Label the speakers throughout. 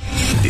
Speaker 1: The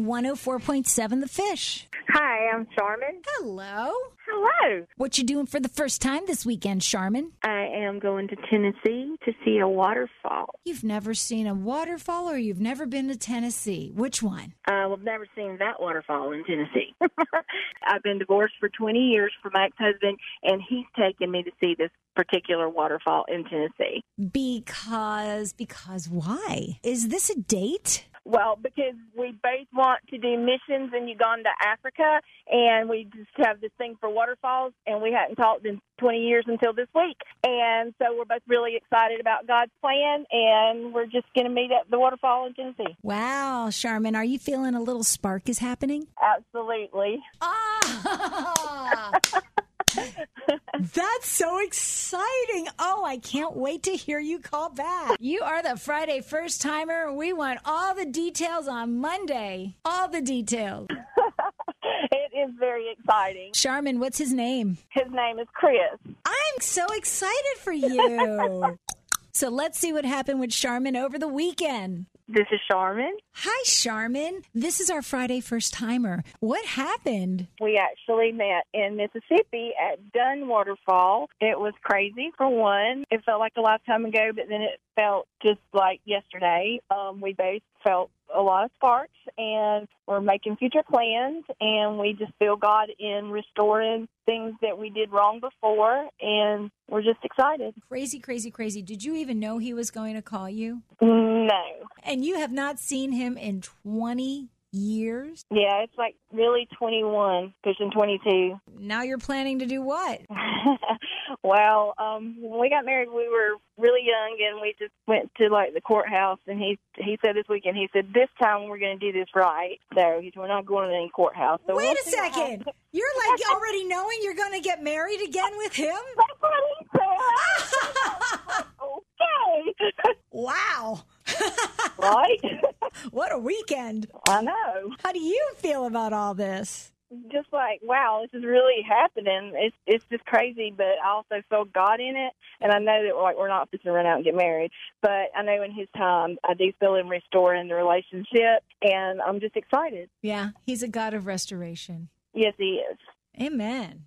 Speaker 2: 104.7 The Fish.
Speaker 3: Hi, I'm Charmin.
Speaker 2: Hello.
Speaker 3: Hello.
Speaker 2: What you doing for the first time this weekend, Charmin?
Speaker 3: I am going to Tennessee to see a waterfall.
Speaker 2: You've never seen a waterfall or you've never been to Tennessee. Which one?
Speaker 3: Uh, we've never seen that waterfall in Tennessee. I've been divorced for 20 years from my ex-husband, and he's taken me to see this particular waterfall in Tennessee.
Speaker 2: Because, because why? Is this a date?
Speaker 3: Well, because we both want to do missions in Uganda, Africa, and we just have this thing for waterfalls, and we hadn't talked in 20 years until this week. And so we're both really excited about God's plan, and we're just going to meet at the waterfall in Tennessee.
Speaker 2: Wow, Charmin, are you feeling a little spark is happening?
Speaker 3: Absolutely.
Speaker 2: Ah! That's so exciting. Oh, I can't wait to hear you call back. You are the Friday first timer. We want all the details on Monday. All the details.
Speaker 3: it is very exciting.
Speaker 2: Charmin, what's his name?
Speaker 3: His name is Chris.
Speaker 2: I'm so excited for you. so let's see what happened with Charmin over the weekend.
Speaker 3: This is Charmin.
Speaker 2: Hi, Charmin. This is our Friday first timer. What happened?
Speaker 3: We actually met in Mississippi at Dunn Waterfall. It was crazy, for one. It felt like a lifetime ago, but then it felt just like yesterday. Um, we both felt a lot of sparks and we're making future plans and we just feel God in restoring things that we did wrong before and we're just excited.
Speaker 2: Crazy, crazy, crazy. Did you even know he was going to call you?
Speaker 3: No.
Speaker 2: And you have not seen him in 20 years?
Speaker 3: Yeah, it's like really 21, pushing 22.
Speaker 2: Now you're planning to do what?
Speaker 3: well, um, when we got married, we were really young, and we just went to like the courthouse. And he he said this weekend, he said this time we're going to do this right. So he said we're not going to any courthouse. So
Speaker 2: Wait
Speaker 3: we'll
Speaker 2: a
Speaker 3: see what
Speaker 2: second.
Speaker 3: happens.
Speaker 2: You're like already knowing you're going to get married again with him?
Speaker 3: That's what he said. okay.
Speaker 2: Wow.
Speaker 3: right?
Speaker 2: What a weekend.
Speaker 3: I know.
Speaker 2: How do you feel about all this?
Speaker 3: Just like wow, this is really happening. It's it's just crazy, but I also feel God in it, and I know that like we're not just to run out and get married, but I know in His time, I do feel Him restoring the relationship, and I'm just excited.
Speaker 2: Yeah, he's a God of restoration.
Speaker 3: Yes, He is.
Speaker 2: Amen.